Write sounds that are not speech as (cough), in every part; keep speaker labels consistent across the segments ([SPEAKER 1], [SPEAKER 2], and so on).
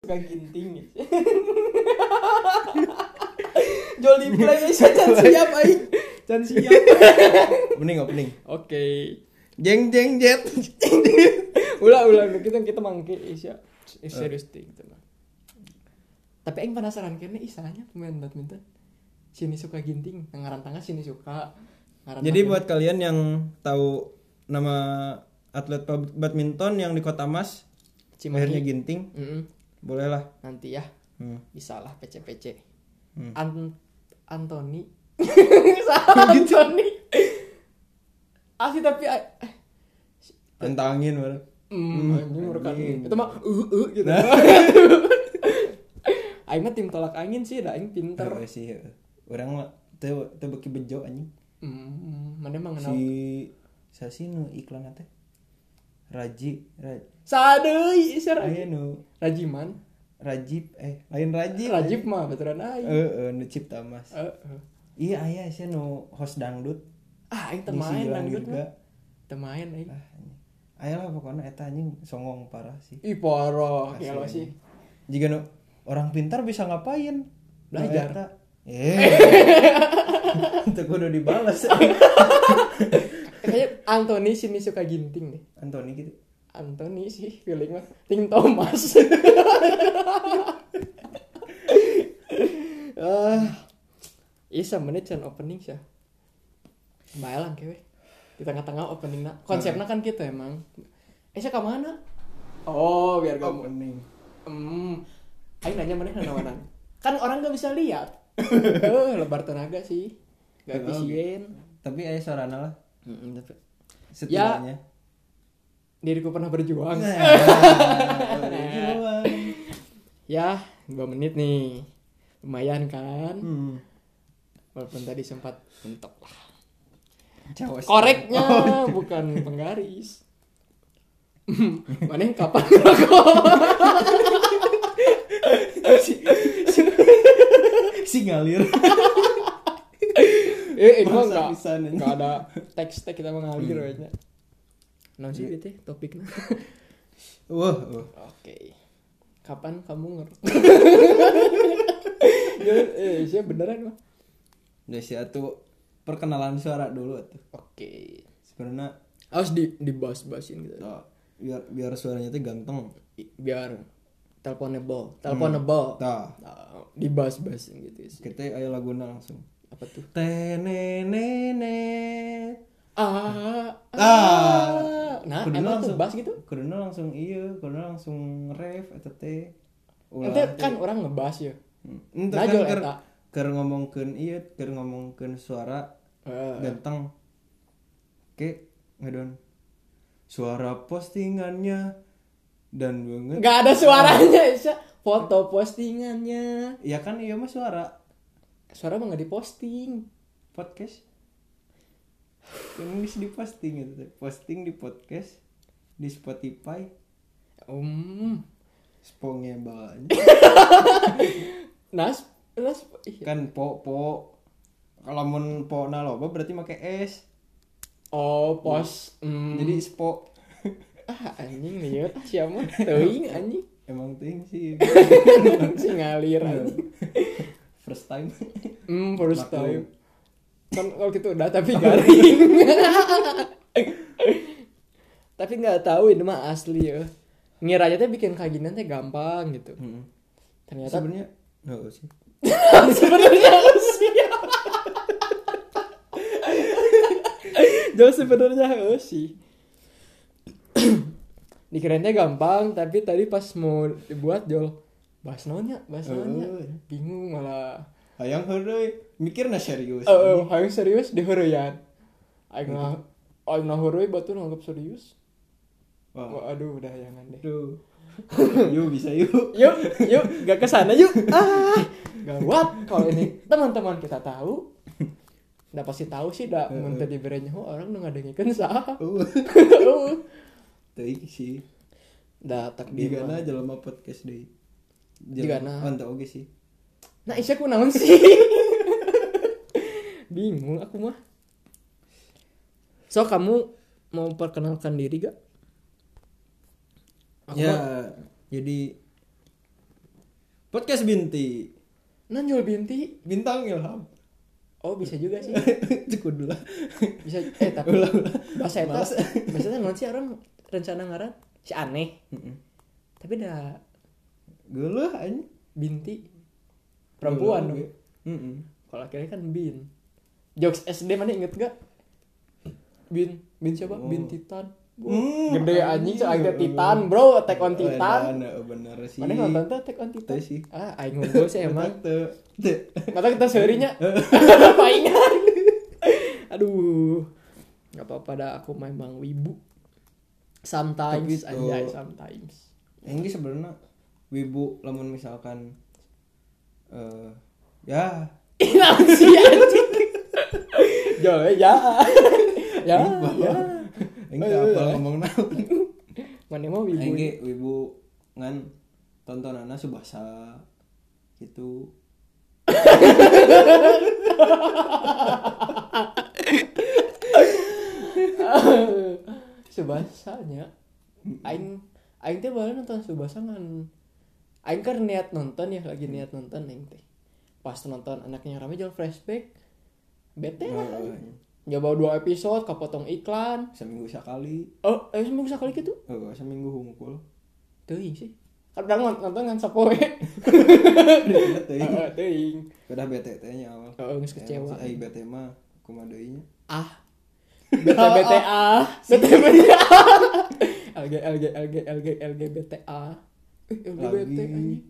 [SPEAKER 1] Jessica Ginting (laughs) Jolly Play Aisyah can siap aing can siap
[SPEAKER 2] Opening opening.
[SPEAKER 1] oke
[SPEAKER 2] Jeng jeng jet.
[SPEAKER 1] ulah ulah kita kita mangke Aisyah eh, serius ting tenang tapi aing penasaran kene isanya pemain badminton sini suka ginting Nah, ngaran tangga sini suka ngaran
[SPEAKER 2] Jadi buat kalian yang tahu nama atlet pab- badminton yang di Kota Mas, akhirnya
[SPEAKER 1] Cimahi
[SPEAKER 2] Ginting,
[SPEAKER 1] Mm-mm.
[SPEAKER 2] bolehlah.
[SPEAKER 1] nanti ya
[SPEAKER 2] Hmm.
[SPEAKER 1] bisa lah PC-PC
[SPEAKER 2] Hmm.
[SPEAKER 1] An- (laughs) Anthony salah Anthony asli tapi a- eh,
[SPEAKER 2] Tantangin baru.
[SPEAKER 1] hmm, anjing merukan
[SPEAKER 2] anjing.
[SPEAKER 1] itu mah uh uh gitu (laughs) Aing mah tim tolak angin sih, dah aing pinter.
[SPEAKER 2] Terus sih, Iya, orang mah teu teu beki bejo anjing.
[SPEAKER 1] Hmm, mana emang kenal?
[SPEAKER 2] Si sasi nu iklan teh. Raji, Raji,
[SPEAKER 1] Sadei, sih Raji.
[SPEAKER 2] aya nu
[SPEAKER 1] Rajiman,
[SPEAKER 2] Rajib eh lain Rajib.
[SPEAKER 1] Rajib mah veteran aing.
[SPEAKER 2] Heeh, nu cipta Mas.
[SPEAKER 1] Eh, eh.
[SPEAKER 2] Iya, aya sih nu host dangdut.
[SPEAKER 1] Ah, aing
[SPEAKER 2] di si
[SPEAKER 1] temain
[SPEAKER 2] Gilang
[SPEAKER 1] lanjut
[SPEAKER 2] Dirga.
[SPEAKER 1] mah. Temain aing.
[SPEAKER 2] Ah, anjing. Ayolah pokoknya eta anjing songong parah sih.
[SPEAKER 1] Ih parah,
[SPEAKER 2] Asli,
[SPEAKER 1] kalau sih.
[SPEAKER 2] anjing. Jika nu orang pintar bisa ngapain?
[SPEAKER 1] Belajar.
[SPEAKER 2] Nah, eta. Eh.
[SPEAKER 1] (laughs)
[SPEAKER 2] Itu kudu dibalas.
[SPEAKER 1] Kayak Anthony sini suka ginting deh.
[SPEAKER 2] Antoni gitu.
[SPEAKER 1] Anthony sih feeling mah Ting Thomas ah isa menit can opening sih baelang kewe di tengah-tengah opening na konsepnya kan kita emang Eh, Isa ke mana oh biar kamu
[SPEAKER 2] Opening.
[SPEAKER 1] hmm ayo nanya mana nana wanang kan orang gak bisa (laughs) lihat Eh, lebar tenaga sih gak
[SPEAKER 2] Oke.
[SPEAKER 1] efisien
[SPEAKER 2] Tapi aya sorana lah
[SPEAKER 1] Mm, tapi Ya,
[SPEAKER 2] setidaknya.
[SPEAKER 1] diriku pernah berjuang (laughs)
[SPEAKER 2] Nah, berjuang.
[SPEAKER 1] Ya, 2 menit nih. Lumayan kan?
[SPEAKER 2] Hmm.
[SPEAKER 1] Walaupun tadi sempat mentok lah. Oh, iya.
[SPEAKER 2] Jawa sih.
[SPEAKER 1] Koreknya
[SPEAKER 2] Oh,
[SPEAKER 1] bukan (laughs) penggaris. Mana yang kapan ngerokok?
[SPEAKER 2] si ngalir.
[SPEAKER 1] (laughs) Eh, Hmm. ini mah
[SPEAKER 2] Masa
[SPEAKER 1] enggak.
[SPEAKER 2] pisan ini.
[SPEAKER 1] Enggak ada teks-teks kita mengalir kayaknya. Nah sih itu topiknya.
[SPEAKER 2] Wah, wah.
[SPEAKER 1] Oke. Kapan kamu (laughs) ngerokok? eh, sih beneran mah.
[SPEAKER 2] Udah sih atuh perkenalan suara dulu tuh.
[SPEAKER 1] Oke.
[SPEAKER 2] Sebenarnya
[SPEAKER 1] Harus di dibahas-bahasin gitu.
[SPEAKER 2] tuh, biar biar suaranya tuh ganteng.
[SPEAKER 1] Biar teleponable, teleponable.
[SPEAKER 2] Tah,
[SPEAKER 1] Nah, dibahas-bahasin gitu sih.
[SPEAKER 2] kita ayo laguna langsung.
[SPEAKER 1] Apa tuh?
[SPEAKER 2] Tenenenet.
[SPEAKER 1] Ah, ah, nah, emang
[SPEAKER 2] Kuduna
[SPEAKER 1] tuh
[SPEAKER 2] Ah. langsung-
[SPEAKER 1] bahas gitu.
[SPEAKER 2] Kuduna langsung iya, kuduna langsung ref eta teh. Ulah
[SPEAKER 1] Nanti
[SPEAKER 2] teh.
[SPEAKER 1] kan orang ngebahas ya.
[SPEAKER 2] Hmm, ente kan
[SPEAKER 1] Najol ya,
[SPEAKER 2] keur
[SPEAKER 1] eta.
[SPEAKER 2] keur ngomongkeun ieu, keur ngomongkeun suara Ah.
[SPEAKER 1] Eh,
[SPEAKER 2] ganteng. Oke, ngedon. Suara postingannya dan banget.
[SPEAKER 1] nggak ada suaranya, Isya. Foto postingannya.
[SPEAKER 2] Ya kan iya mah suara
[SPEAKER 1] Suara mah nggak diposting.
[SPEAKER 2] podcast. Ini di posting itu teh. gitu, Posting di podcast di Spotify.
[SPEAKER 1] Um,
[SPEAKER 2] Sponge banyak.
[SPEAKER 1] nas, nas, ih.
[SPEAKER 2] kan po po kalamun po na loba berarti make es
[SPEAKER 1] oh pos. Hmm.
[SPEAKER 2] jadi spo
[SPEAKER 1] ah, anjing nih ya,
[SPEAKER 2] (laughs)
[SPEAKER 1] siapa? Teuing anjing,
[SPEAKER 2] emang ting
[SPEAKER 1] (laughs)
[SPEAKER 2] sih Kan-
[SPEAKER 1] si ngalir anjing.
[SPEAKER 2] first time
[SPEAKER 1] Hmm, first time.
[SPEAKER 2] Maklum.
[SPEAKER 1] Kan kalau gitu udah (laughs) tapi garing. tapi nggak tahu ini mah asli ya. Ngiranya teh bikin kaginan teh gampang gitu.
[SPEAKER 2] hmm.
[SPEAKER 1] Ternyata
[SPEAKER 2] sebenarnya nggak sih
[SPEAKER 1] (laughs) sebenarnya usia. (laughs) Jauh sebenarnya sih. (clears throat) Dikirain teh gampang, tapi tadi pas mau dibuat jol bahas naonnya, bahas naonnya.
[SPEAKER 2] Heeh.
[SPEAKER 1] Bingung malah.
[SPEAKER 2] hayang heureuy mikirna nah serius
[SPEAKER 1] Eh, eh, hayang serius di heureyan. Aing mah aing mah heureuy batu nanggap serius.
[SPEAKER 2] Wah,
[SPEAKER 1] Wah, aduh udah jangan deh.
[SPEAKER 2] aduh (laughs) yuk bisa yuk
[SPEAKER 1] Yuk, yuk, gak kesana yuk. Ah, gawat kalau ini teman-teman kita tahu. Udah pasti tahu sih, dah mun teu dibere nyaho orang nu ngadengikeun saha.
[SPEAKER 2] (laughs) uh
[SPEAKER 1] Heuh.
[SPEAKER 2] teuing sih
[SPEAKER 1] Dah tak di
[SPEAKER 2] digana jelema podcast deui
[SPEAKER 1] Digana.
[SPEAKER 2] mantap oke sih
[SPEAKER 1] Nah, isya ku naon sih? (laughs) Bingung aku mah. So, kamu mau perkenalkan diri gak? Aku
[SPEAKER 2] ya
[SPEAKER 1] mah-
[SPEAKER 2] jadi podcast binti
[SPEAKER 1] Nanjol Binti.
[SPEAKER 2] bintang ilham (laughs)
[SPEAKER 1] Oh, bisa juga sih.
[SPEAKER 2] cukup dulu lah.
[SPEAKER 1] Bisa eh tapi
[SPEAKER 2] Ulah, ulah.
[SPEAKER 1] bahasa eta
[SPEAKER 2] Males.
[SPEAKER 1] biasanya naon sih orang rencana ngaran si aneh.
[SPEAKER 2] Mm-mm.
[SPEAKER 1] Tapi ada
[SPEAKER 2] Geuleuh anjing
[SPEAKER 1] Binti perempuan
[SPEAKER 2] Geuleuh
[SPEAKER 1] dong.
[SPEAKER 2] ge. Mm-mm.
[SPEAKER 1] Kalau akhirnya kan Bin. Jokes SD mana inget gak? Bin, Bin siapa?
[SPEAKER 2] Oh.
[SPEAKER 1] Bin Titan. Wah,
[SPEAKER 2] Hmm,
[SPEAKER 1] Mm, Gede anjing
[SPEAKER 2] anjing.
[SPEAKER 1] seagak Titan, bro. Attack on Titan.
[SPEAKER 2] Eh, nah, bener sih
[SPEAKER 1] Mana nonton tuh Attack on Titan?
[SPEAKER 2] Teu sih.
[SPEAKER 1] Ah, aing unggul sih emang.
[SPEAKER 2] Betak teu.
[SPEAKER 1] (laughs)
[SPEAKER 2] Teu.
[SPEAKER 1] Mata kita seharinya Palingan Aduh Gak apa-apa dah aku memang wibu Sometimes
[SPEAKER 2] Tapi,
[SPEAKER 1] anjay
[SPEAKER 2] oh.
[SPEAKER 1] sometimes (laughs)
[SPEAKER 2] Ini sebenarnya wibu lamun misalkan eh ya
[SPEAKER 1] Naon sih anjing Yo ya (laughs) Ya
[SPEAKER 2] Wibu. (laughs)
[SPEAKER 1] ya
[SPEAKER 2] Ini
[SPEAKER 1] Eh,
[SPEAKER 2] apa
[SPEAKER 1] eh.
[SPEAKER 2] ngomong
[SPEAKER 1] (laughs)
[SPEAKER 2] naon?
[SPEAKER 1] Mana mau
[SPEAKER 2] Aing ge
[SPEAKER 1] wibu
[SPEAKER 2] wibu ngan tontonanna Subasa gitu.
[SPEAKER 1] (laughs) Subasanya Aing Aing teh baru nonton Subasa ngan Aing kan niat nonton ya lagi niat nonton Aing teh Pas nonton anaknya rame jalan flashback Bete lah
[SPEAKER 2] Eh,
[SPEAKER 1] Ya bawa dua episode, kepotong iklan.
[SPEAKER 2] Seminggu sekali,
[SPEAKER 1] Oh, eh seminggu sekali gitu?
[SPEAKER 2] eh seminggu
[SPEAKER 1] (laughs)
[SPEAKER 2] hungkul.
[SPEAKER 1] Teuing sih. Kadang nont- nonton kan sapoe. (laughs)
[SPEAKER 2] Dikira teuing.
[SPEAKER 1] Heeh, teuing.
[SPEAKER 2] Udah bete teh nya awal.
[SPEAKER 1] Heeh, geus kecewa.
[SPEAKER 2] Ai bete mah kumaha deui nya.
[SPEAKER 1] Ah.
[SPEAKER 2] (laughs)
[SPEAKER 1] BTBTA,
[SPEAKER 2] Oh,
[SPEAKER 1] BTBTA. (laughs) LG LG LG LG LGBTA. Eh, LGBT
[SPEAKER 2] Lagi.
[SPEAKER 1] anjing.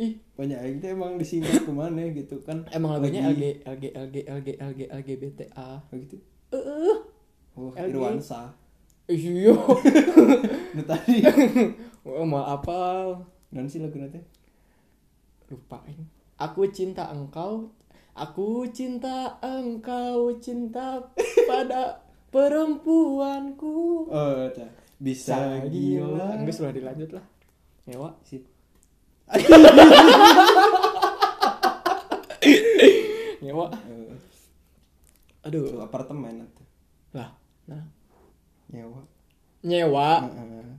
[SPEAKER 1] Ih,
[SPEAKER 2] Banyak aing teh emang disingkat kumaha gitu kan.
[SPEAKER 1] emang lagunya
[SPEAKER 2] Lagi-
[SPEAKER 1] LG LG LG LG LG LGBTA.
[SPEAKER 2] Oh, gitu.
[SPEAKER 1] Heeh.
[SPEAKER 2] Oh,
[SPEAKER 1] LG.
[SPEAKER 2] Irwansa.
[SPEAKER 1] Eh,
[SPEAKER 2] (laughs)
[SPEAKER 1] Iya. (laughs) Oh,
[SPEAKER 2] Nu tadi.
[SPEAKER 1] Wah, mau apal.
[SPEAKER 2] Naon sih laguna teh?
[SPEAKER 1] lupain aku cinta engkau aku cinta engkau cinta (laughs) pada perempuanku
[SPEAKER 2] Oh, teh. Bisa gila.
[SPEAKER 1] enggak sudah dilanjut lah (laughs) nyewa
[SPEAKER 2] Sip.
[SPEAKER 1] nyewa
[SPEAKER 2] Eh, itu
[SPEAKER 1] aduh
[SPEAKER 2] apartemen atuh.
[SPEAKER 1] lah nah
[SPEAKER 2] Nyewa.
[SPEAKER 1] nyewa
[SPEAKER 2] Heeh.
[SPEAKER 1] Ah.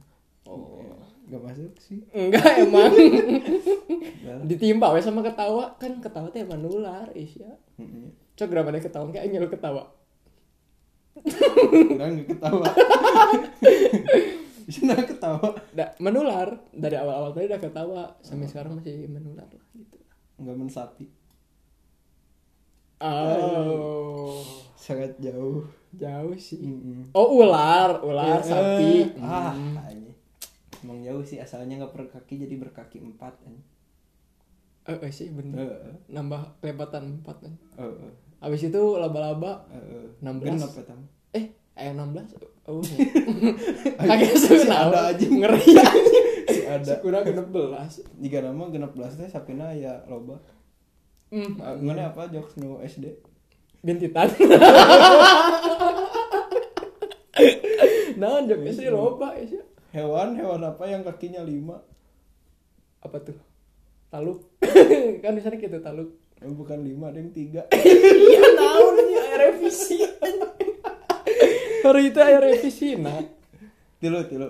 [SPEAKER 1] oh
[SPEAKER 2] Gak masuk sih.
[SPEAKER 1] enggak emang (laughs)
[SPEAKER 2] Udah lah.
[SPEAKER 1] ditimpa we sama ketawa kan ketawa teh emang nular isya
[SPEAKER 2] Mm-mm.
[SPEAKER 1] cok berapa deh ketawa kayak nyeluk ketawa
[SPEAKER 2] Kurang gak
[SPEAKER 1] (laughs)
[SPEAKER 2] ketawa. Sana ketawa.
[SPEAKER 1] da, menular dari awal-awal tadi udah ketawa
[SPEAKER 2] Oh.
[SPEAKER 1] sampai sekarang masih menular lah gitu
[SPEAKER 2] Gak mensapi.
[SPEAKER 1] oh
[SPEAKER 2] Sangat jauh.
[SPEAKER 1] jauh sih
[SPEAKER 2] Mm-mm.
[SPEAKER 1] Oh ular, ular,
[SPEAKER 2] Eh,
[SPEAKER 1] sapi.
[SPEAKER 2] Ah,
[SPEAKER 1] Hmm.
[SPEAKER 2] anjing. Emang jauh sih asalnya nggak berkaki jadi berkaki empat anjing.
[SPEAKER 1] Eh, eh, sih bener.
[SPEAKER 2] Heeh.
[SPEAKER 1] Nambah lebartan 4 nih.
[SPEAKER 2] Heeh.
[SPEAKER 1] Abis itu laba-laba.
[SPEAKER 2] Heeh.
[SPEAKER 1] 16.
[SPEAKER 2] Genep eta mah.
[SPEAKER 1] Eh, eh 16.
[SPEAKER 2] (laughs)
[SPEAKER 1] Oh. (laughs)
[SPEAKER 2] Anjing,
[SPEAKER 1] Kakek
[SPEAKER 2] si
[SPEAKER 1] sudah
[SPEAKER 2] ada
[SPEAKER 1] aja
[SPEAKER 2] anjing.
[SPEAKER 1] ngeri.
[SPEAKER 2] Si
[SPEAKER 1] Ada
[SPEAKER 2] ada.
[SPEAKER 1] kurang 16.
[SPEAKER 2] Jika nama genep belas teh sapina ya loba. Eh,
[SPEAKER 1] Hmm,
[SPEAKER 2] Mana apa jokes nu SD? (laughs)
[SPEAKER 1] bintitan. nah, joknya sih loba ya.
[SPEAKER 2] Hewan hewan apa yang kakinya lima?
[SPEAKER 1] Apa tuh? Taluk. (laughs) kan misalnya kita taluk.
[SPEAKER 2] Eh, bukan lima, ada yang tiga. (coughs)
[SPEAKER 1] Iya, tahu nih revisi. Hari itu aya revisi nah.
[SPEAKER 2] Tilu tilu.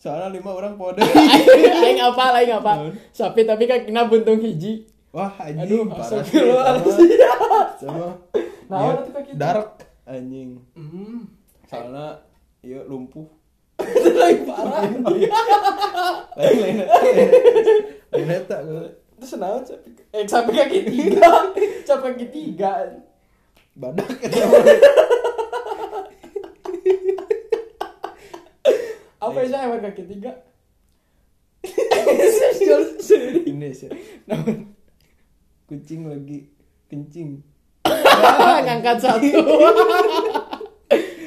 [SPEAKER 2] Soalnya lima orang pode.
[SPEAKER 1] (laughs) lain apa lain apa sapi tapi kan kena buntung hiji
[SPEAKER 2] Wah anjing.
[SPEAKER 1] Aduh,
[SPEAKER 2] parah
[SPEAKER 1] (laughs)
[SPEAKER 2] sih,
[SPEAKER 1] astagfirullahaladzim.
[SPEAKER 2] sama. Sama.
[SPEAKER 1] Nah,
[SPEAKER 2] Iya,
[SPEAKER 1] itu kayak gitu.
[SPEAKER 2] Dark anjing.
[SPEAKER 1] hmm
[SPEAKER 2] Soalnya iya lumpuh.
[SPEAKER 1] lain parah
[SPEAKER 2] Lain lain. Lain eta gue.
[SPEAKER 1] terus naon sapi eh sapi kaki tiga sapi kaki tiga
[SPEAKER 2] Badak eta mah.
[SPEAKER 1] apa yang saya kaki (laughs) tiga Jual sendiri.
[SPEAKER 2] Ini sih.
[SPEAKER 1] Naon?
[SPEAKER 2] Kucing lagi kencing.
[SPEAKER 1] ngangkat (laughs) satu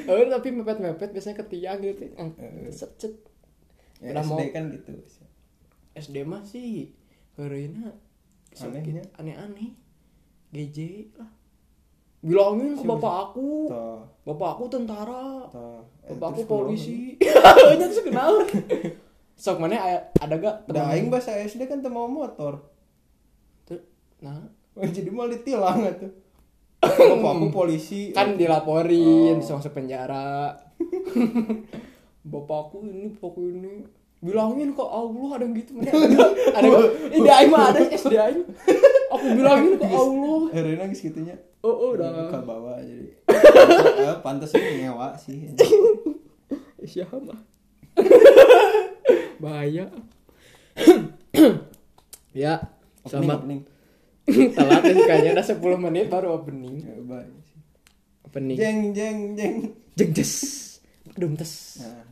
[SPEAKER 1] oh tapi mepet mepet biasanya ke tiang gitu Ang-
[SPEAKER 2] Eh.
[SPEAKER 1] cet cet
[SPEAKER 2] Ya,
[SPEAKER 1] Udah
[SPEAKER 2] SD
[SPEAKER 1] mau-
[SPEAKER 2] kan gitu. sih.
[SPEAKER 1] SD mah sih Karena
[SPEAKER 2] Anehnya?
[SPEAKER 1] sakit aneh-aneh GJ lah Bilangin ke
[SPEAKER 2] Siapa
[SPEAKER 1] bapak aku
[SPEAKER 2] Toh,
[SPEAKER 1] Bapak aku tentara
[SPEAKER 2] toh. Eh,
[SPEAKER 1] Bapak aku
[SPEAKER 2] terus kumaha?
[SPEAKER 1] polisi Hanya (laughs) terus
[SPEAKER 2] (laughs)
[SPEAKER 1] kenal Sok mana aya- ada gak
[SPEAKER 2] Da aing bahasa SD kan teu mau motor.
[SPEAKER 1] Tuh, Nah
[SPEAKER 2] Oh, jadi malah ditilang atuh. Bapak aku polisi.
[SPEAKER 1] Kan dilaporin (laughs)
[SPEAKER 2] Oh.
[SPEAKER 1] Bisa masuk penjara Bapak aku ini Bapak aku ini bilangin ke Allah ada yang gitu mana (laughs) ada yang- ini aing mah ada SD aing aku bilangin ke Allah
[SPEAKER 2] Erena geus kitunya.
[SPEAKER 1] oh oh
[SPEAKER 2] Ke
[SPEAKER 1] udah
[SPEAKER 2] bawah jadi. Eh, Pantes ini nyewa sih.
[SPEAKER 1] siapa mah ah. bahaya (coughs) ya
[SPEAKER 2] Opening,
[SPEAKER 1] selamat (laughs)
[SPEAKER 2] opening.
[SPEAKER 1] telat nih kayaknya udah 10 menit baru opening
[SPEAKER 2] Ya, bye.
[SPEAKER 1] opening
[SPEAKER 2] Jeng jeng jeng.
[SPEAKER 1] jeng tes dum tes
[SPEAKER 2] Nah.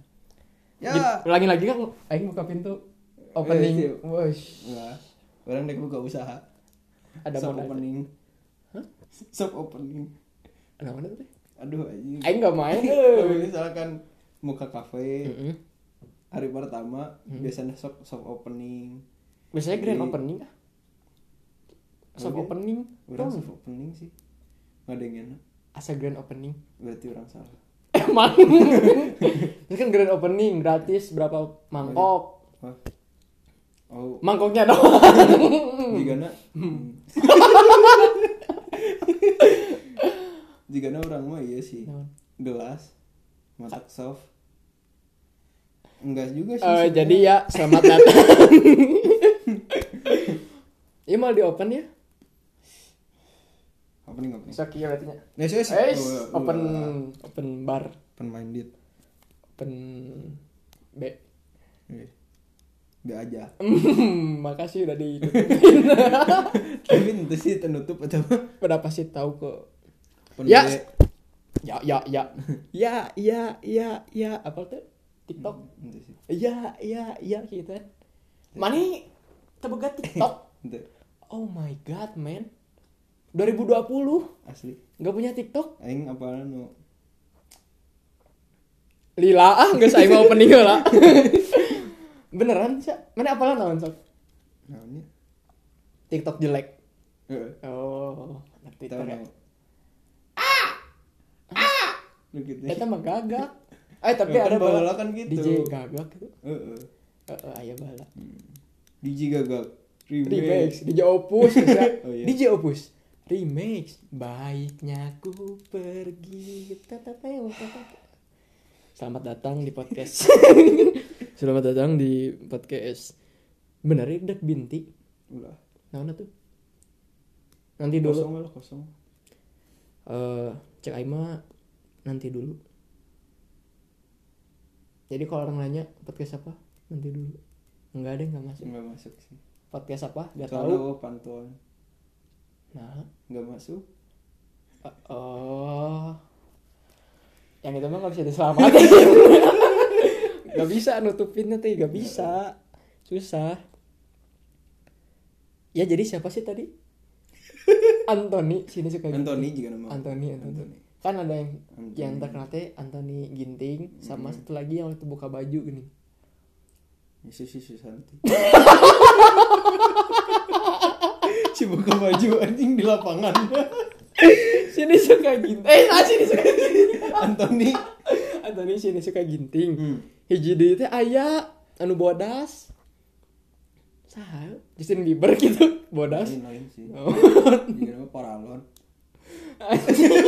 [SPEAKER 1] Ya.
[SPEAKER 2] Ya.
[SPEAKER 1] Ulangin lagi kan aing buka pintu
[SPEAKER 2] Eh,
[SPEAKER 1] opening.
[SPEAKER 2] siap.
[SPEAKER 1] Wush.
[SPEAKER 2] Wah, orang dek buka usaha.
[SPEAKER 1] Ada
[SPEAKER 2] Shop
[SPEAKER 1] modal.
[SPEAKER 2] opening.
[SPEAKER 1] Hah?
[SPEAKER 2] Shop opening.
[SPEAKER 1] Ada mana tuh?
[SPEAKER 2] Aduh anjing.
[SPEAKER 1] Aing enggak
[SPEAKER 2] (laughs)
[SPEAKER 1] main. Hmm.
[SPEAKER 2] Tapi
[SPEAKER 1] eh.
[SPEAKER 2] misalkan muka kafe
[SPEAKER 1] Mm-mm.
[SPEAKER 2] hari pertama
[SPEAKER 1] Hmm.
[SPEAKER 2] biasanya shop shop opening.
[SPEAKER 1] Biasanya grand
[SPEAKER 2] Jadi-
[SPEAKER 1] opening ah. Sob
[SPEAKER 2] Oke.
[SPEAKER 1] opening.
[SPEAKER 2] Orang
[SPEAKER 1] Tuh.
[SPEAKER 2] shop opening sih. Nggak ada yang enak.
[SPEAKER 1] Asa grand opening. (laughs)
[SPEAKER 2] Berarti orang salah.
[SPEAKER 1] Emang. (laughs) Ini kan grand opening gratis berapa mangkok?
[SPEAKER 2] Wah. Oh,
[SPEAKER 1] Mangkoknya (laughs) doang.
[SPEAKER 2] jigana.
[SPEAKER 1] (laughs)
[SPEAKER 2] Hmm. jigana orang mah iya sih. Gelas. Masak soft. Enggak juga sih.
[SPEAKER 1] Eh,
[SPEAKER 2] sebenarnya.
[SPEAKER 1] jadi ya selamat datang. (laughs) Iya mau di open ya?
[SPEAKER 2] opening opening.
[SPEAKER 1] Bisa kira berarti.
[SPEAKER 2] Nah, saya sih.
[SPEAKER 1] Eh,
[SPEAKER 2] Oh,
[SPEAKER 1] open
[SPEAKER 2] oh,
[SPEAKER 1] open bar,
[SPEAKER 2] open minded.
[SPEAKER 1] open B. (laughs)
[SPEAKER 2] Gak aja.
[SPEAKER 1] Hmm, makasih udah di
[SPEAKER 2] Tapi itu sih penutup atau
[SPEAKER 1] udah pasti tahu kok.
[SPEAKER 2] open
[SPEAKER 1] Ya.
[SPEAKER 2] minded.
[SPEAKER 1] Ya ya ya. (laughs) Ya ya ya ya apa tuh? TikTok.
[SPEAKER 2] Itu sih.
[SPEAKER 1] Ya ya ya gitu. Mani teboga TikTok.
[SPEAKER 2] (laughs) Itu
[SPEAKER 1] Oh my god, man. 2020
[SPEAKER 2] asli.
[SPEAKER 1] nggak punya TikTok.
[SPEAKER 2] Aing apa nu
[SPEAKER 1] Lila ah nggak saya mau opening lah.
[SPEAKER 2] (laughs)
[SPEAKER 1] Beneran sih. Mana apalah naon sok?
[SPEAKER 2] namanya?
[SPEAKER 1] TikTok jelek.
[SPEAKER 2] Heeh.
[SPEAKER 1] Oh, ngerti
[SPEAKER 2] Eh, Tahu
[SPEAKER 1] ternyata.
[SPEAKER 2] nu. Lu gitu.
[SPEAKER 1] Ah! Eta mah gagak. Eh tapi
[SPEAKER 2] Kan
[SPEAKER 1] ada
[SPEAKER 2] bala
[SPEAKER 1] bala
[SPEAKER 2] kan gitu.
[SPEAKER 1] DJ gagak itu.
[SPEAKER 2] Heeh.
[SPEAKER 1] Heeh, aya bala.
[SPEAKER 2] DJ eh. gagal.
[SPEAKER 1] Remix, DJ
[SPEAKER 2] (laughs)
[SPEAKER 1] Opus bisa.
[SPEAKER 2] Oh, iya.
[SPEAKER 1] DJ Opus. Remix, baiknya ku pergi. Tatateu, tatateu. Selamat datang di
[SPEAKER 2] (laughs)
[SPEAKER 1] podcast. Selamat datang di podcast. Bener ya Dek Binti.
[SPEAKER 2] Ulah.
[SPEAKER 1] Nah, tuh. Nanti dulu.
[SPEAKER 2] Kosong lah kosong.
[SPEAKER 1] eh cek Aima nanti dulu. Jadi kalau orang nanya podcast apa, nanti dulu. Enggak ada nggak masuk.
[SPEAKER 2] Enggak masuk sih.
[SPEAKER 1] Podcast apa? Gak
[SPEAKER 2] Soalnya
[SPEAKER 1] tahu.
[SPEAKER 2] gua pantauan.
[SPEAKER 1] Nah,
[SPEAKER 2] Enggak masuk.
[SPEAKER 1] eh, oh. Yang itu mah nggak bisa (laughs) diselamatin. gak bisa nutupinnya tuh, gak bisa. Susah. Ya jadi siapa sih tadi? Anthony sini suka gitu.
[SPEAKER 2] Anthony juga nama.
[SPEAKER 1] Anthony,
[SPEAKER 2] Anthony.
[SPEAKER 1] Anthony. Kan ada yang
[SPEAKER 2] Anthony.
[SPEAKER 1] yang terkenal teh Anthony Ginting sama satu lagi yang waktu buka baju gini. (laughs)
[SPEAKER 2] Yesus Yesus Santi. Si buka baju anjing di lapangan.
[SPEAKER 1] (laughs) Sini suka ginting. Eh, nah, sini suka (laughs) ginting.
[SPEAKER 2] Anthony.
[SPEAKER 1] Anthony sini suka ginting.
[SPEAKER 2] Hmm.
[SPEAKER 1] Hiji deui teh aya anu bodas. Saha? Justin Bieber gitu, bodas.
[SPEAKER 2] (laughs) Lain lain sih.
[SPEAKER 1] Oh.
[SPEAKER 2] Juga nama paralon. (laughs)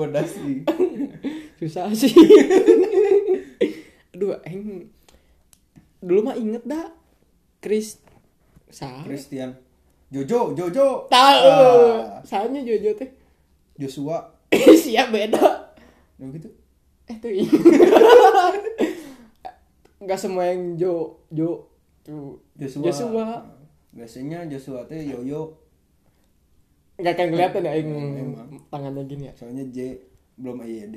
[SPEAKER 2] Bodas sih.
[SPEAKER 1] Susah sih. Aduh, eng. Dulu mah inget dah. Chris Saha?
[SPEAKER 2] Christian. Jojo, Jojo.
[SPEAKER 1] Tahu.
[SPEAKER 2] Ah,
[SPEAKER 1] Sahanya Jojo teh. (laughs)
[SPEAKER 2] Joshua.
[SPEAKER 1] Siap beda.
[SPEAKER 2] Yang gitu.
[SPEAKER 1] Eh tuh iya. Gak semua yang Jo Jo Jo-
[SPEAKER 2] Joshua. Ah.
[SPEAKER 1] Joshua.
[SPEAKER 2] Biasanya Joshua teh Yoyo.
[SPEAKER 1] Gak akan kelihatan ya yang
[SPEAKER 2] Hmm. Emang.
[SPEAKER 1] tangannya gini ya.
[SPEAKER 2] Soalnya J belum E AYD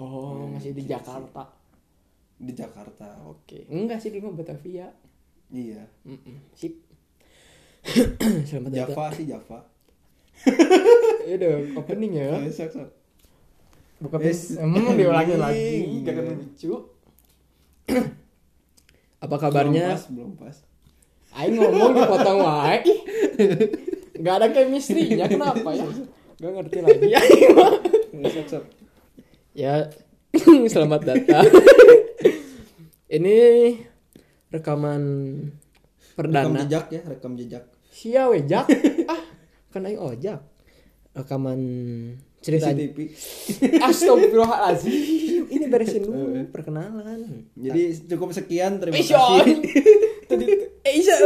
[SPEAKER 1] Oh, masih di Jakarta.
[SPEAKER 2] di Jakarta.
[SPEAKER 1] Oke. Enggak sih dulu mah Batavia.
[SPEAKER 2] Iya.
[SPEAKER 1] Mm-mm. Sip. (coughs) Selamat datang.
[SPEAKER 2] Java sih Java.
[SPEAKER 1] Ya udah opening ya.
[SPEAKER 2] Eh, sok, sok.
[SPEAKER 1] Buka
[SPEAKER 2] Yes.
[SPEAKER 1] pintu. Hmm, diulangi lagi.
[SPEAKER 2] Iya.
[SPEAKER 1] Gak akan lucu. (coughs) Apa kabarnya?
[SPEAKER 2] Belum pas, belum pas.
[SPEAKER 1] Aing ngomong dipotong wae. (laughs) Ih. Nggak ada chemistry-nya kenapa ya? Gak ngerti (coughs) lagi aing mah.
[SPEAKER 2] Eh, sok, sok.
[SPEAKER 1] Ya (coughs) selamat (coughs) datang. Ini rekaman
[SPEAKER 2] Rekam
[SPEAKER 1] perdana.
[SPEAKER 2] jejak ya, rekam jejak.
[SPEAKER 1] Sia we jak. Ah, kan aing ojak. Rekaman cerita
[SPEAKER 2] CCTV.
[SPEAKER 1] (laughs) Astagfirullahalazim. Ini diberesin dulu perkenalan ya
[SPEAKER 2] Jadi cukup sekian terima (laughs)
[SPEAKER 1] Isya
[SPEAKER 2] kasih.
[SPEAKER 1] tadi eh Isya